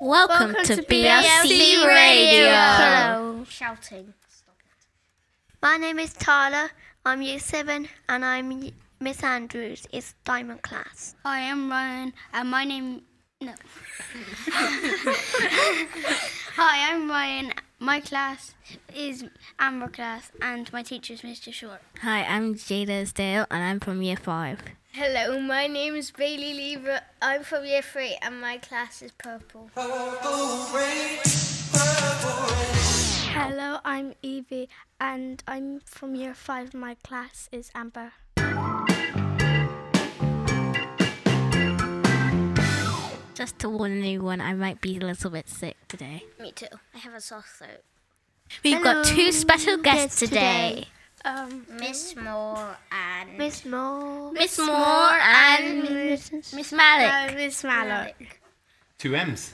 Welcome, to, BLC Radio. Hello, shouting. My name is Tyler. I'm year seven, and I'm y- Miss Andrews. It's diamond class. Hi, I'm Ryan, and my name. No. Hi, I'm Ryan. My class is Amber class, and my teacher is Mr. Short. Hi, I'm Jada Sdale and I'm from year five. Hello, my name is Bailey Lever. I'm from year three and my class is purple. Hello, I'm Evie and I'm from year five. My class is Amber. Just to warn anyone, I might be a little bit sick today. Me too. I have a sore throat. We've got two special guests today. Um, Miss Moore and Miss Moore. Miss Moore and Mrs. Miss Malik. Miss Mallow. Two M's.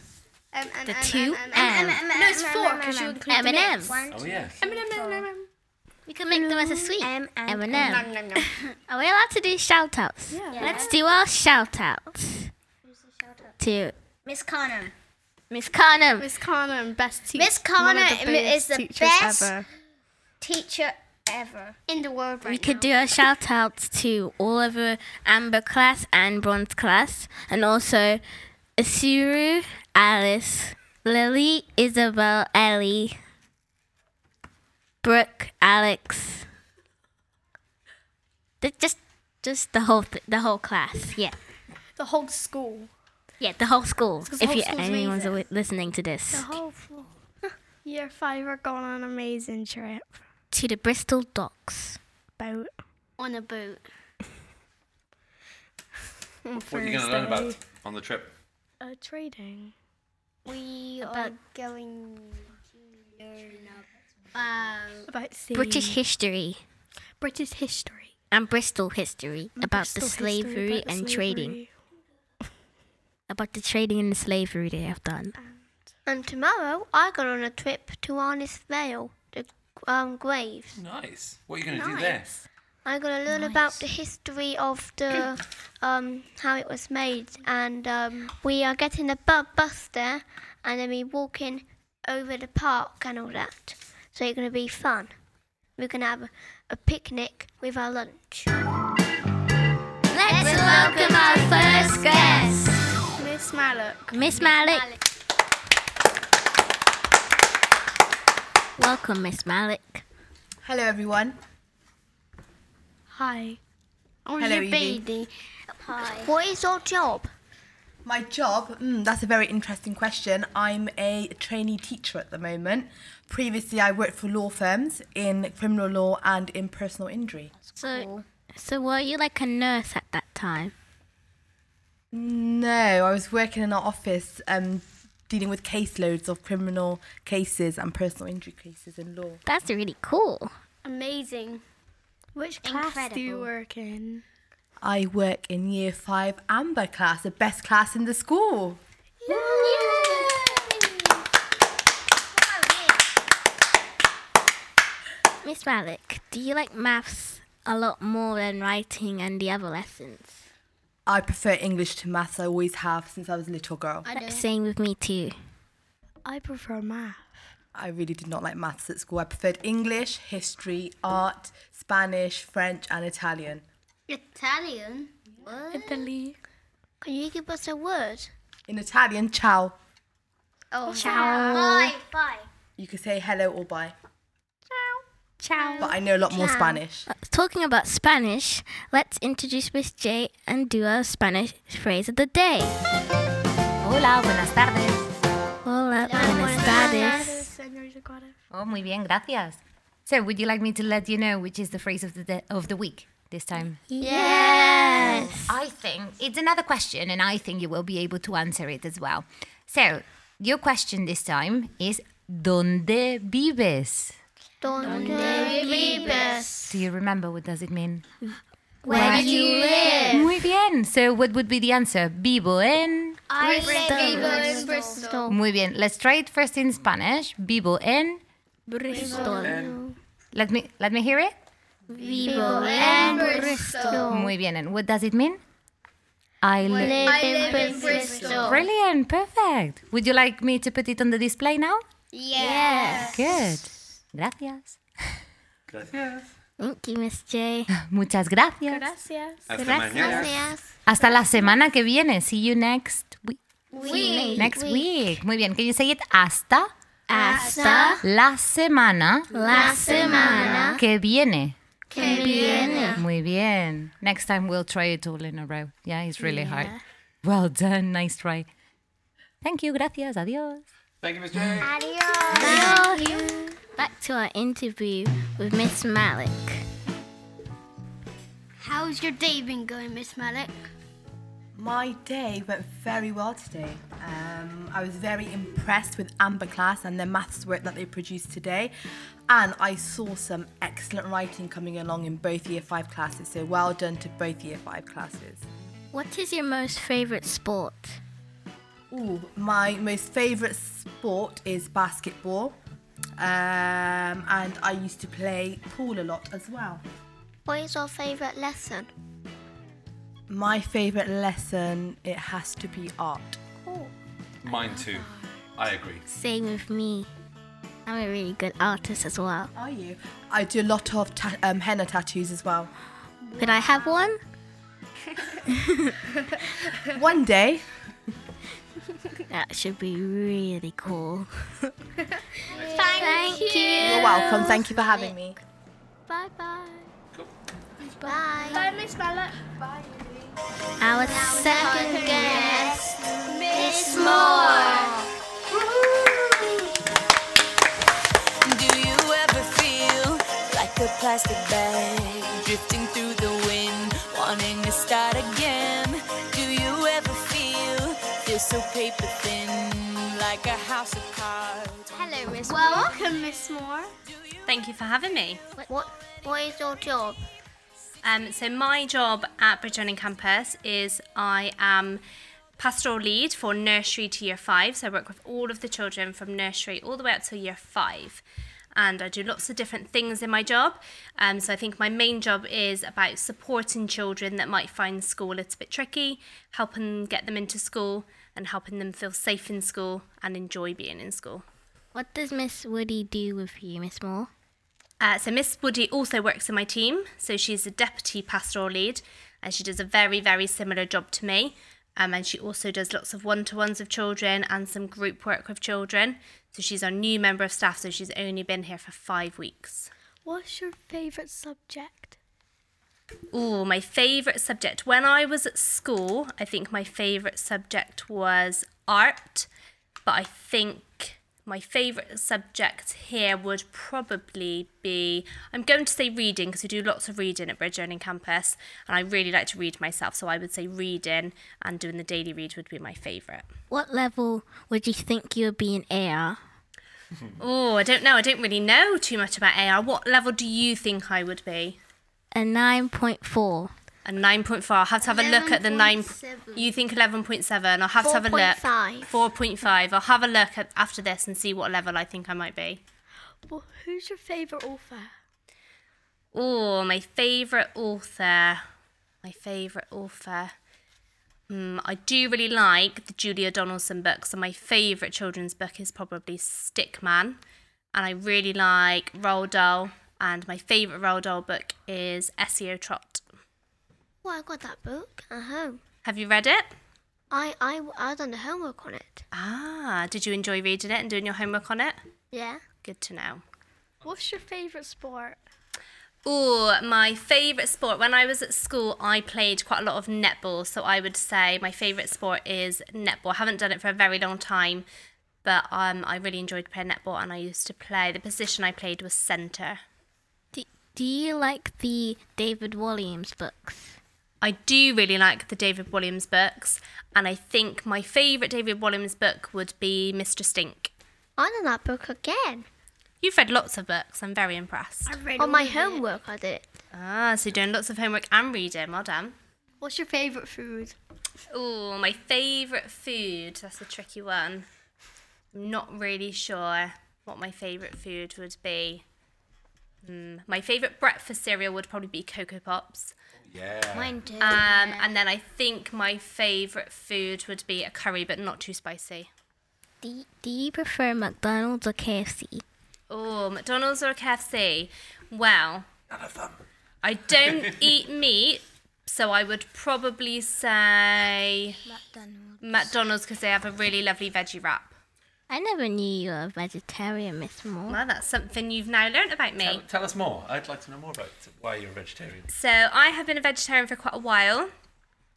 The two M. No, it's four because you M and M's. Oh yeah. We can make them as a sweet. M and M. Are we allowed to do shout outs? Yeah. Let's do our shout outs. To Miss Connor. Miss Carnum. Miss Carnum, best teacher. Miss Carnum is the best ever. Teacher ever. In the world We right could do a shout out to all over Amber class and Bronze class, and also Asuru, Alice, Lily, Isabel, Ellie, Brooke, Alex. The- Just, just the whole, th- the whole class. Yeah, The whole school. yeah, the whole school. 'cause If the whole you, school's anyone's amazing. awa- listening to this, whole floor. year Oh, five are going on an amazing trip. to the Bristol docks. Boat. On a boat. What are you going to learn about on the trip? Uh, trading. We are going to learn about About sea. British history British history. and Bristol history about the Bristol history, slavery about the and trading. slavery. about the trading and the slavery they have done. And tomorrow, I go on a trip to Arnis Vale, the um, graves. Nice. What are you going to do there? I'm going to learn about the history of the um, how it was made, and um, we are getting a bu- bus there, and then we walking over the park and all that. So it's going to be fun. We're going to have a, a picnic with our lunch. Let's welcome our first guest, Miss Mallow. Miss Malik. Welcome, Miss Malik. Hello, everyone. Hi. Or Hello, your Evie. baby. What is your job? My job, mm, that's a very interesting question. I'm a trainee teacher at the moment. Previously, I worked for law firms in criminal law and in personal injury. So, so were you like a nurse at that time? No, I was working in our office um, dealing with caseloads of criminal cases and personal injury cases in law. That's really cool. Amazing. Which class do you Incredible. work in? I work in year five amber class, the best class in the school. Miss Malik, do you like maths a lot more than writing and the other lessons? I prefer English to maths, I always have since I was a little girl. Same with me too. I prefer math. I really did not like maths at school. I preferred English, history, art, Spanish, French, and Italian. Italian. Italy. Can you give us a word? In Italian, ciao. oh ciao. Bye bye. You could say hello or bye. Ciao. But I know a lot more Spanish. Talking about Spanish, let's introduce Miss J and do our Spanish phrase of the day. Hola, buenas tardes. Hola, buenas tardes. Oh, muy bien, gracias. So, would you like me to let you know which is the phrase of the de- of the week this time? Yes. I think it's another question, and I think you will be able to answer it as well. So, your question this time is ¿Dónde vives? Donde Do you remember what does it mean? Where do you live? Muy bien. So, what would be the answer? Vivo en. Bristol. Muy bien. Let's try it first in Spanish. Vivo en. Bristol. Let me let me hear it. Vivo en Bristol. Muy bien. And what does it mean? I live. Live in Bristol. Brilliant, perfect. Would you like me to put it on the display now? Yes. Good. Gracias. Gracias. Thank you, Miss J. Muchas gracias. Hasta mañana. Hasta la semana que viene. See you next week. We Next week. Muy bien. Can you say it? Hasta Hasta la semana la semana que viene. que viene. Muy bien. Next time we'll try it all in a row. Yeah, it's really hard. Well done. Nice try. Thank you. Gracias. Adiós. Thank you, Miss J. Now, back to our interview with Miss Malik. How's your day been going, Miss Malik? My day went very well today. Um, I was very impressed with Amber Class and their maths work that they produced today. And I saw some excellent writing coming along in both Year 5 classes, so well done to both Year 5 classes. What is your most favorite sport? Ooh, my most favourite sport is basketball. Um, and I used to play pool a lot as well. What is your favourite lesson? My favourite lesson, it has to be art. Mine too. I agree. Same with me. I'm a really good artist as well. Are you? I do a lot of ta- um, henna tattoos as well. Could I have one? One day, That should be really cool. You're welcome. Thank you for having me. Bye, Miss Mallet. Our second guest, Miss Moore. Do you ever feel like a plastic bag drifting through the wind, wanting to start again? Do you ever feel feel so paper thin, like a house of cards? Hello, Miss. Welcome, Miss Moore. Thank you for having me. What What is your job? Um, so my job at Bridgend Campus is I am pastoral lead for nursery to year five. So I work with all of the children from nursery all the way up to year five. And I do lots of different things in my job. Um, so I think my main job is about supporting children that might find school a little bit tricky, helping get them into school and helping them feel safe in school and enjoy being in school. What does Miss Woody do with you, Miss Moore? Uh, so Miss Woody also works in my team, so she's a deputy pastoral lead, and she does a very very similar job to me. Um, and she also does lots of one to ones with children and some group work with children. So she's our new member of staff, so she's only been here for five weeks. What's your favourite subject? Oh, my favourite subject. When I was at school, I think my favourite subject was art, but I think my favourite subject here would probably be I'm going to say reading because we do lots of reading at Bridge Learning Campus, and I really like to read myself, so I would say reading and doing the daily read would be my favourite. What level would you think you would be in AR? Oh, I don't know. I don't really know too much about AR. What level do you think I would be? A 9.4. A 9.4. I'll have to have a look at the 9. You think 11.7. I'll have to have a look. 4.5. 4.5. I'll have a look at, after this and see what level I think I might be. Well, who's your favourite author? Oh, my favourite author. My favourite author. Hmm, I do really like the Julia Donaldson books, and my favourite children's book is probably Stickman. And I really like Roald Dahl, and my favourite Roald Dahl book is SEO Trot. Well, I got that book at home. Have you read it? I I I done the homework on it. Ah, did you enjoy reading it and doing your homework on it? Yeah. Good to know. What's your favourite sport? Oh, my favourite sport. When I was at school, I played quite a lot of netball. So I would say my favourite sport is netball. I haven't done it for a very long time, but um, I really enjoyed playing netball and I used to play. The position I played was centre. Do, do you like the David Williams books? I do really like the David Williams books, and I think my favourite David Williams book would be Mr. Stink. I done that book again. You've read lots of books. I'm very impressed. on my homework, I did it. Ah, so you're doing lots of homework and reading. Well done. What's your favourite food? Oh, my favourite food. That's a tricky one. I'm not really sure what my favourite food Hmm, would be. Mm, my favourite breakfast cereal would probably be Cocoa Pops. Yeah. Mine too. Oh, Um, and then I think my favourite food would be a curry, but not too spicy. Do you, do you prefer McDonald's or KFC? Oh, McDonald's or KFC? Well, none of them. I don't eat meat, so I would probably say McDonald's. McDonald's because they have a really lovely veggie wrap. I never knew you were a vegetarian, Miss Moore. Well, that's something you've now learnt about me. Tell, tell us more. I'd like to know more about why you're a vegetarian. So I have been a vegetarian for quite a while.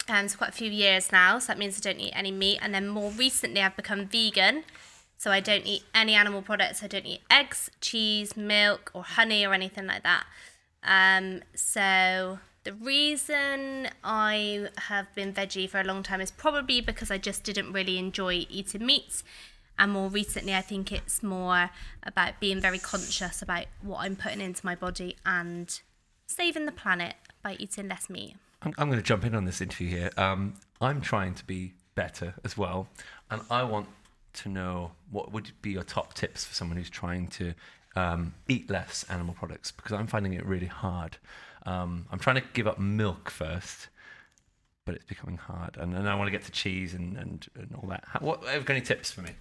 Um, it's quite a few years now, so that means I don't eat any meat. And then more recently, I've become vegan. So I don't eat any animal products. I don't eat eggs, cheese, milk, or honey, or anything like that. Um, so the reason I have been veggie for a long time is probably because I just didn't really enjoy eating meats. And more recently, I think it's more about being very conscious about what I'm putting into my body and saving the planet by eating less meat. I'm, I'm going to jump in on this interview here. Um, I'm trying to be better as well, and I want to know what would be your top tips for someone who's trying to um, eat less animal products because I'm finding it really hard. Um, I'm trying to give up milk first, but it's becoming hard, and then I want to get to cheese and, and, and all that. How- What have you got any tips for me?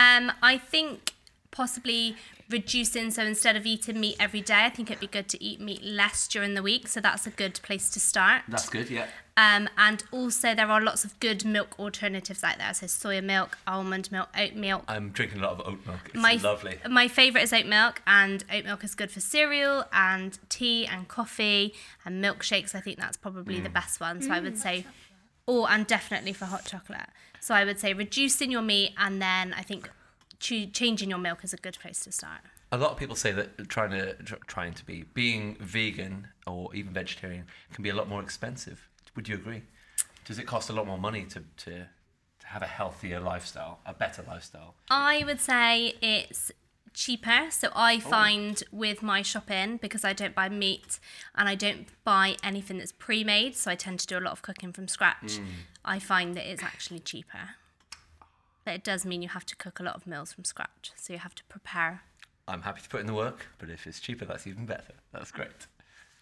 Um, I think possibly reducing, so instead of eating meat every day, I think it'd be good to eat meat less during the week. So that's a good place to start. good. Yeah. Um, and also, there are lots of good milk alternatives out there. So soya milk, almond milk, oat milk. I'm drinking a lot of oat milk. It's my, lovely. My favourite is oat milk, and oat milk is good for cereal and tea and coffee and milkshakes. I think that's probably the Mm. best one. So I would say, oh, and definitely for hot chocolate. So I would say reducing your meat, and then I think choo- changing your milk is a good place to start. A lot of people say that trying to tr- trying to be being vegan or even vegetarian can be a lot more expensive. Would you agree? Does it cost a lot more money to to, to have a healthier lifestyle, a better lifestyle? I would say it's cheaper. So I find with my shopping because I don't buy meat and I don't buy anything that's pre-made, so I tend to do a lot of cooking from scratch. Mm. I find that it's actually cheaper. But it does mean you have to cook a lot of meals from scratch, so you have to prepare. I'm happy to put in the work, but if it's cheaper, that's even better. That's great.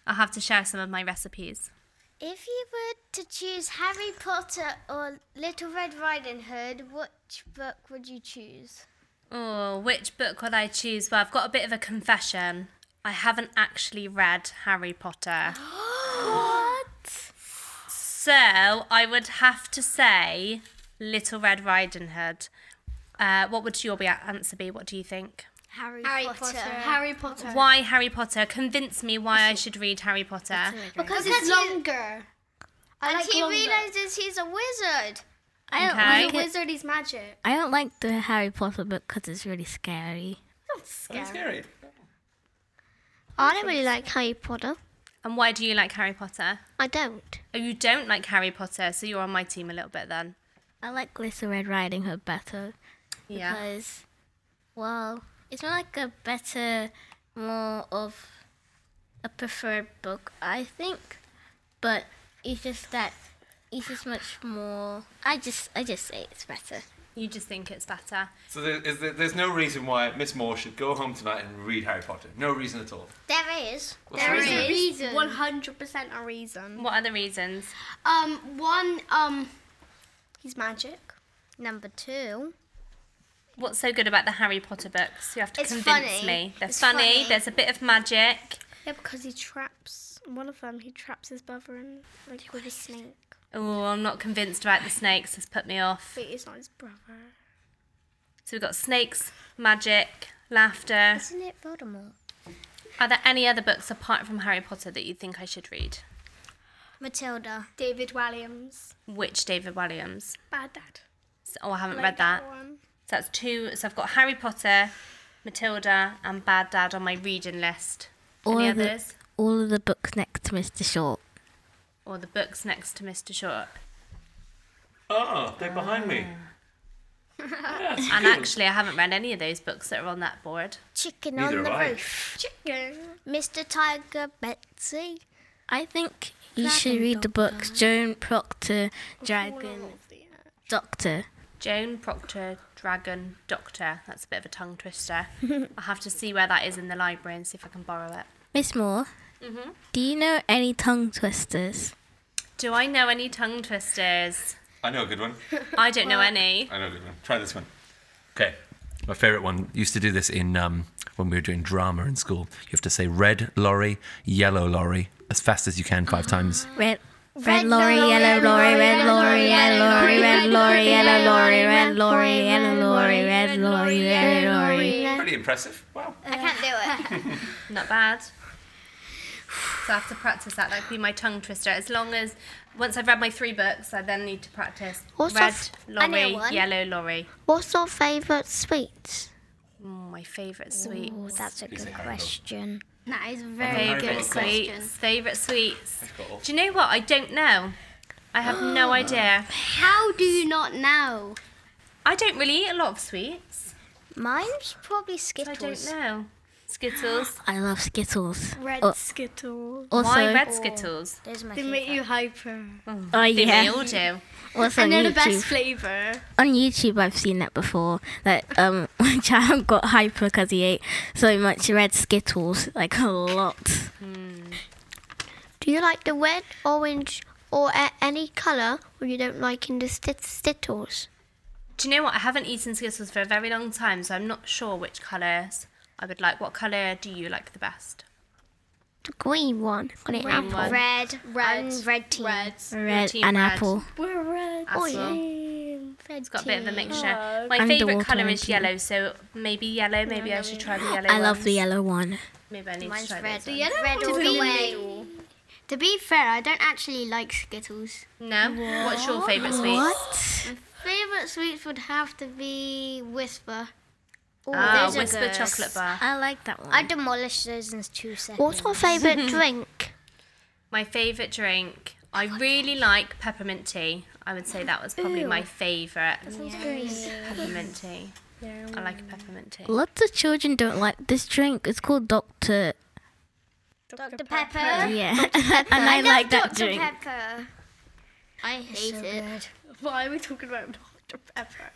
I'll have to share some of my recipes. If you were to choose Harry Potter or Little Red Riding Hood, which book would you choose? Oh, which book would I choose? Well, I've got a bit of a confession. I haven't actually read Harry Potter. What? So I would have to say Little Red Riding Hood. Uh, what would your be- answer be? What do you think? Harry, Harry Potter. Potter. Harry Potter. Why Harry Potter? Convince me why I should read Harry Potter. Because, it's longer. I and like he longer. realizes he's a wizard. I don't Okay. like The it. wizard is magic. I don't like the Harry Potter book because it's really scary. Scary. scary. I don't really like Harry Potter. And why do you like Harry Potter? I don't. Oh, you don't like Harry Potter, so you're on my team a little bit then. I like Little Red Riding Hood better Yeah. because, well, it's more like a better, more of a preferred book, I think. But it's just that it's just much more. I just, I just say it's better. You just think it's better. So there, is there, there's no reason why Miss Moore should go home tonight and read Harry Potter. No reason at all. There is. What's the reason? reason. One hundred percent a reason. What are the reasons? Um, one. Um, he's magic. Number two. What's so good about the Harry Potter books? You have to It's convince funny. me. They're It's funny, funny. there's a bit of magic. Yeah, because he traps one of them. He traps his brother and like with a snake. Oh, I'm not convinced about the snakes, it's put me off. Wait, it's not his brother. So we've got snakes, magic, laughter. Isn't it Voldemort? Are there any other books apart from Harry Potter that you think I should read? Matilda. David Williams, Which David Williams? bad dad. So, oh, I haven't Like read that. one. So that's two. So I've got Harry Potter, Matilda, and Bad Dad on my reading list. All any of the- others? All of the books next to Mr. Short. Or the books next to Mr. Short. Oh, they're behind me. Ah. And actually, I haven't read any of those books that are on that board. Chicken Neither on the have I. roof. Chicken. Mr. Tiger Betsy. I think you should read the books Joan Proctor, Dragon uh, Doctor. Joan Proctor, Dragon Doctor. That's a bit of a tongue twister. I'll have to see where that is in the library and see if I can borrow it. Miss Moore, Mm-hmm. Do you know any tongue twisters? Do I know any tongue twisters? I know a good one. I don't know any. I know a good one. Try this one. Okay. My favourite one used to do this in um, when we were doing drama in school. You have to say red lorry, yellow lorry as fast as you can five times. Red. Red lorry, yellow lorry, red lorry, yellow lorry, red lorry, yellow lorry, red lorry, yellow lorry, red lorry, yellow lorry. Pretty impressive. Wow. I can't do it. Not bad. So I have to practice that. That could be my tongue twister. As long as once I've read my three books, I then need to practice What's red off- I know lorry, one. yellow lorry. What's your favourite sweet? Mm, my favourite sweet. Oh, that's a Please say good Haribo. question. That is a Very very good good sweets. question. Favourite sweets. got all- Do you know what? I don't know. I have no idea. How do you not know? I don't really eat a lot of sweets. Mine's probably I Skittles. don't know. Skittles. I love Skittles. Red Uh, Oh. skittle. Also, Why red Skittles? Those are my They make favourite. you hyper. oh They may all yeah. do. Also on And they're the YouTube. best flavour. on YouTube, I've seen that before. That um, my child got hyper because he ate so much red Skittles, like a lot. Do you like the red, orange, or a- any colour, or you don't like in the stit- stittles? Do you know what? I haven't eaten Skittles for a very long time, so I'm not sure which colours I would like. What colour do you like the best? The green one. Got it Green apple. one. Red, red, red team. Red team and red. apple. We're red. As well. Oh, It's got a bit of a mixture. Oh, My I'm the favourite water colour is monkey. yellow, so maybe yellow. Maybe I should try the yellow. I love the ones. yellow one. Maybe I need Mine's to try red. those ones. red all the way. To be fair, I don't actually like Skittles. No. What's your favourite sweet? What? Favorite sweets would have to be Whisper. Ooh, Ah, those are Whisper good. chocolate bar. I like that one. I demolished those in two seconds. What's your favourite drink? My favourite drink. I really like peppermint tea. I would say that was probably my favourite. Peppermint tea. I like a peppermint tea. Lots of children don't like this drink. It's called Doctor. Dr. Pepper. Yeah, and I, like that Dr. drink. Pepper. I hate it Why are we talking about Dr. Pepper?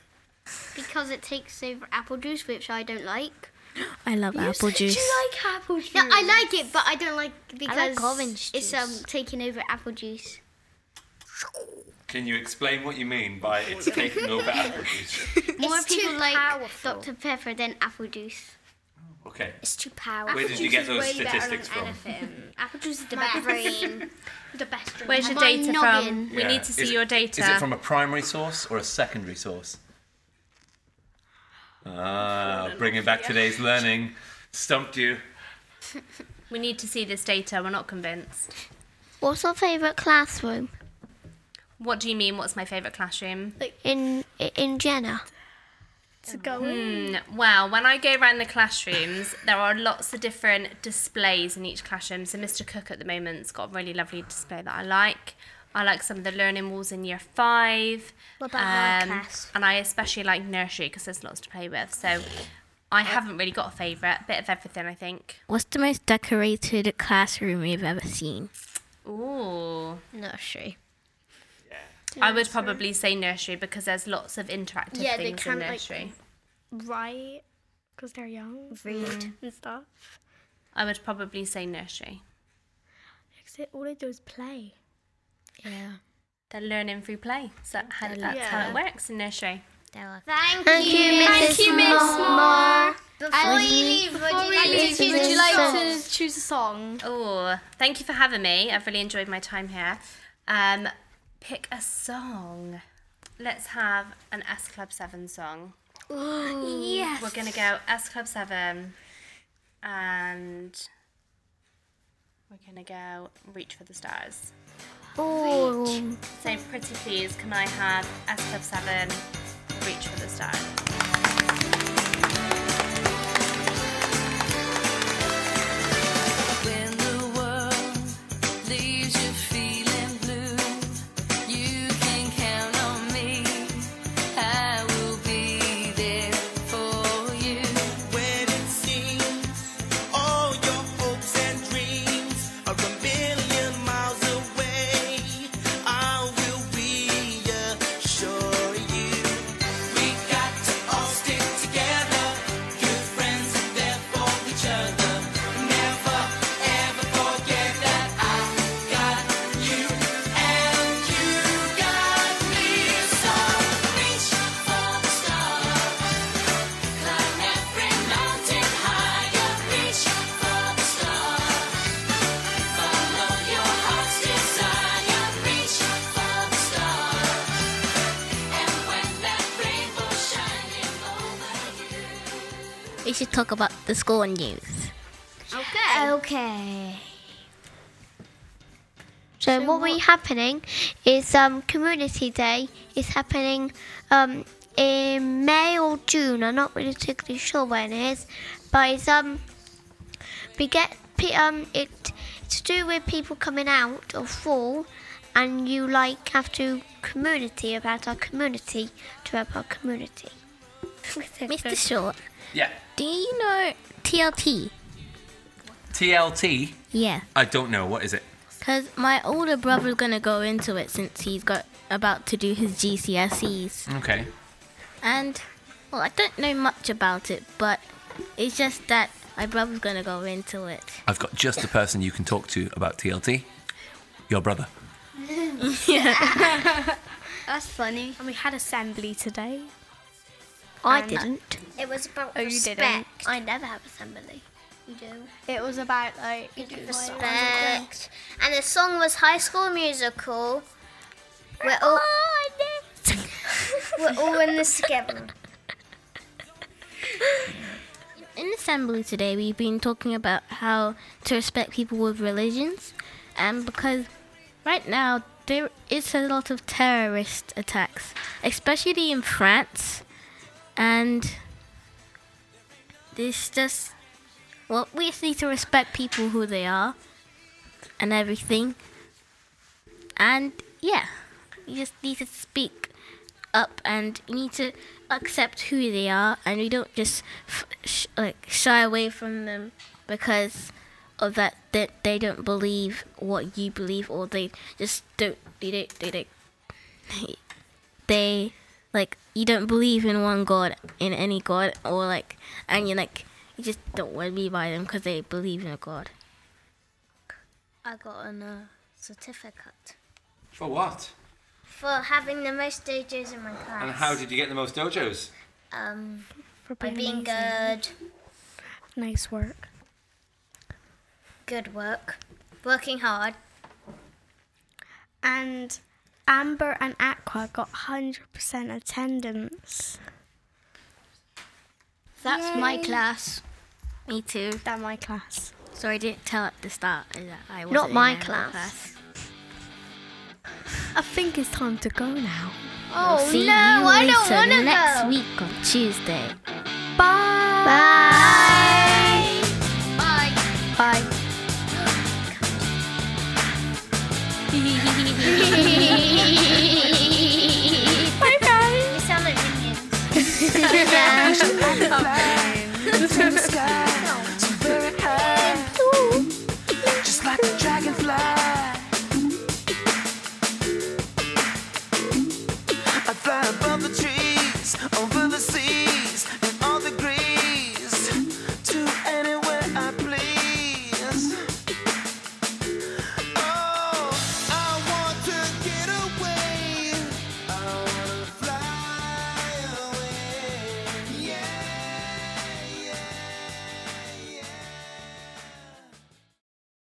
Because it takes over apple juice, which I don't like. I love apple juice. like apple juice? No, I like it, but I don't like because orange it's um taking over apple juice. Can you explain what you mean by it's taking over apple juice? More It's too people like powerful. Dr. Pepper than apple juice. Okay. It's too powerful. Where did you get those statistics from? Apple juice is the My best. brain. the best drink. Where's your My data noggin. from? We need to see your data. Is it from a primary source or a secondary source? Ah, bringing back today's learning. Stumped you. we need to see this data. We're not convinced. What's your favourite classroom? What do you mean? What's my favourite classroom? In in Jenna. to go Hmm. in. Well, when I go around the classrooms, there are lots of different displays in each classroom. So Mr. Cook at the moment's got a really lovely display that I like. I like some of the learning walls in year five. What about my um, class? And I especially like nursery because there's lots to play with. So I haven't really got a favourite. Bit of everything, I think. What's the most decorated classroom you've ever seen? Ooh. Nursery. I would probably say nursery because there's lots of interactive Yeah, they things can, in like- nursery. Right. Because they're young. Read. And stuff. I would probably say nursery. Except all they do is play. Yeah. They're learning through play. So that- that's how Yeah. it works in nursery. Thank, Thank you. you, Mrs. Moore. Before you leave, would you like to choose Would a you like song? to choose a song? Oh, thank you for having me. I've really enjoyed my time here. Um, pick a song. Let's have an S Club 7 song. Yes. We're going to go S Club 7 and we're going to go Reach for the Stars. Oh, So, pretty please, can I have S Club 7 Reach for the Stars? When the world leaves you feeling blue, you can count on me. I will be there for you. When it seems all your hopes and dreams are a million miles away, I will reassure you. We got to all stick together, good friends and there for each other. Never ever forget. we should talk about the school news. Okay. Okay. So, what will be happening is um, Community Day is happening um, in May or June. I'm not really particularly sure when it is, but it's um we get pe- um it it's to do with people coming out of fall, and you like have to community about our community to help our community. Mr. Short, Yeah. do you know TLT? TLT. Yeah. I don't know. What is it? Because my older brother's going to go into it since he's got about to do his GCSEs. Okay. And, well, I don't know much about it, but it's just that my brother's going to go into it. I've got just the person you can talk to about TLT. Your brother. That's funny. And we had assembly today. I And didn't. It was about Oh, you didn't. respect. I never have assembly. You do. It was about like Respect. And the song was High School Musical. We're all, we're all in this together. In assembly today, we've been talking about how to respect people with religions, and because right now there is a lot of terrorist attacks, especially in France, and this just well, we just need to respect people who they are, and everything, and yeah, you just need to speak up and you need to accept who they are and we don't just f- sh- like shy away from them because of that that they don't believe what you believe or they just don't they don't they don't they like you don't believe in one god in any god or like and you like you just don't want to be by them because they believe in a god I got a uh, certificate For what? for having the most dojos in my class. And how did you get the most dojos? Um, for by being being good, nice work. good work, working hard. And Amber and Aqua got 100% attendance. That's my class. me too That my class. so i didn't tell at the start that i was Not my class. I think it's time to go now. Oh See no, you I later don't want to next go. week on Tuesday. Bye. Bye. Oh,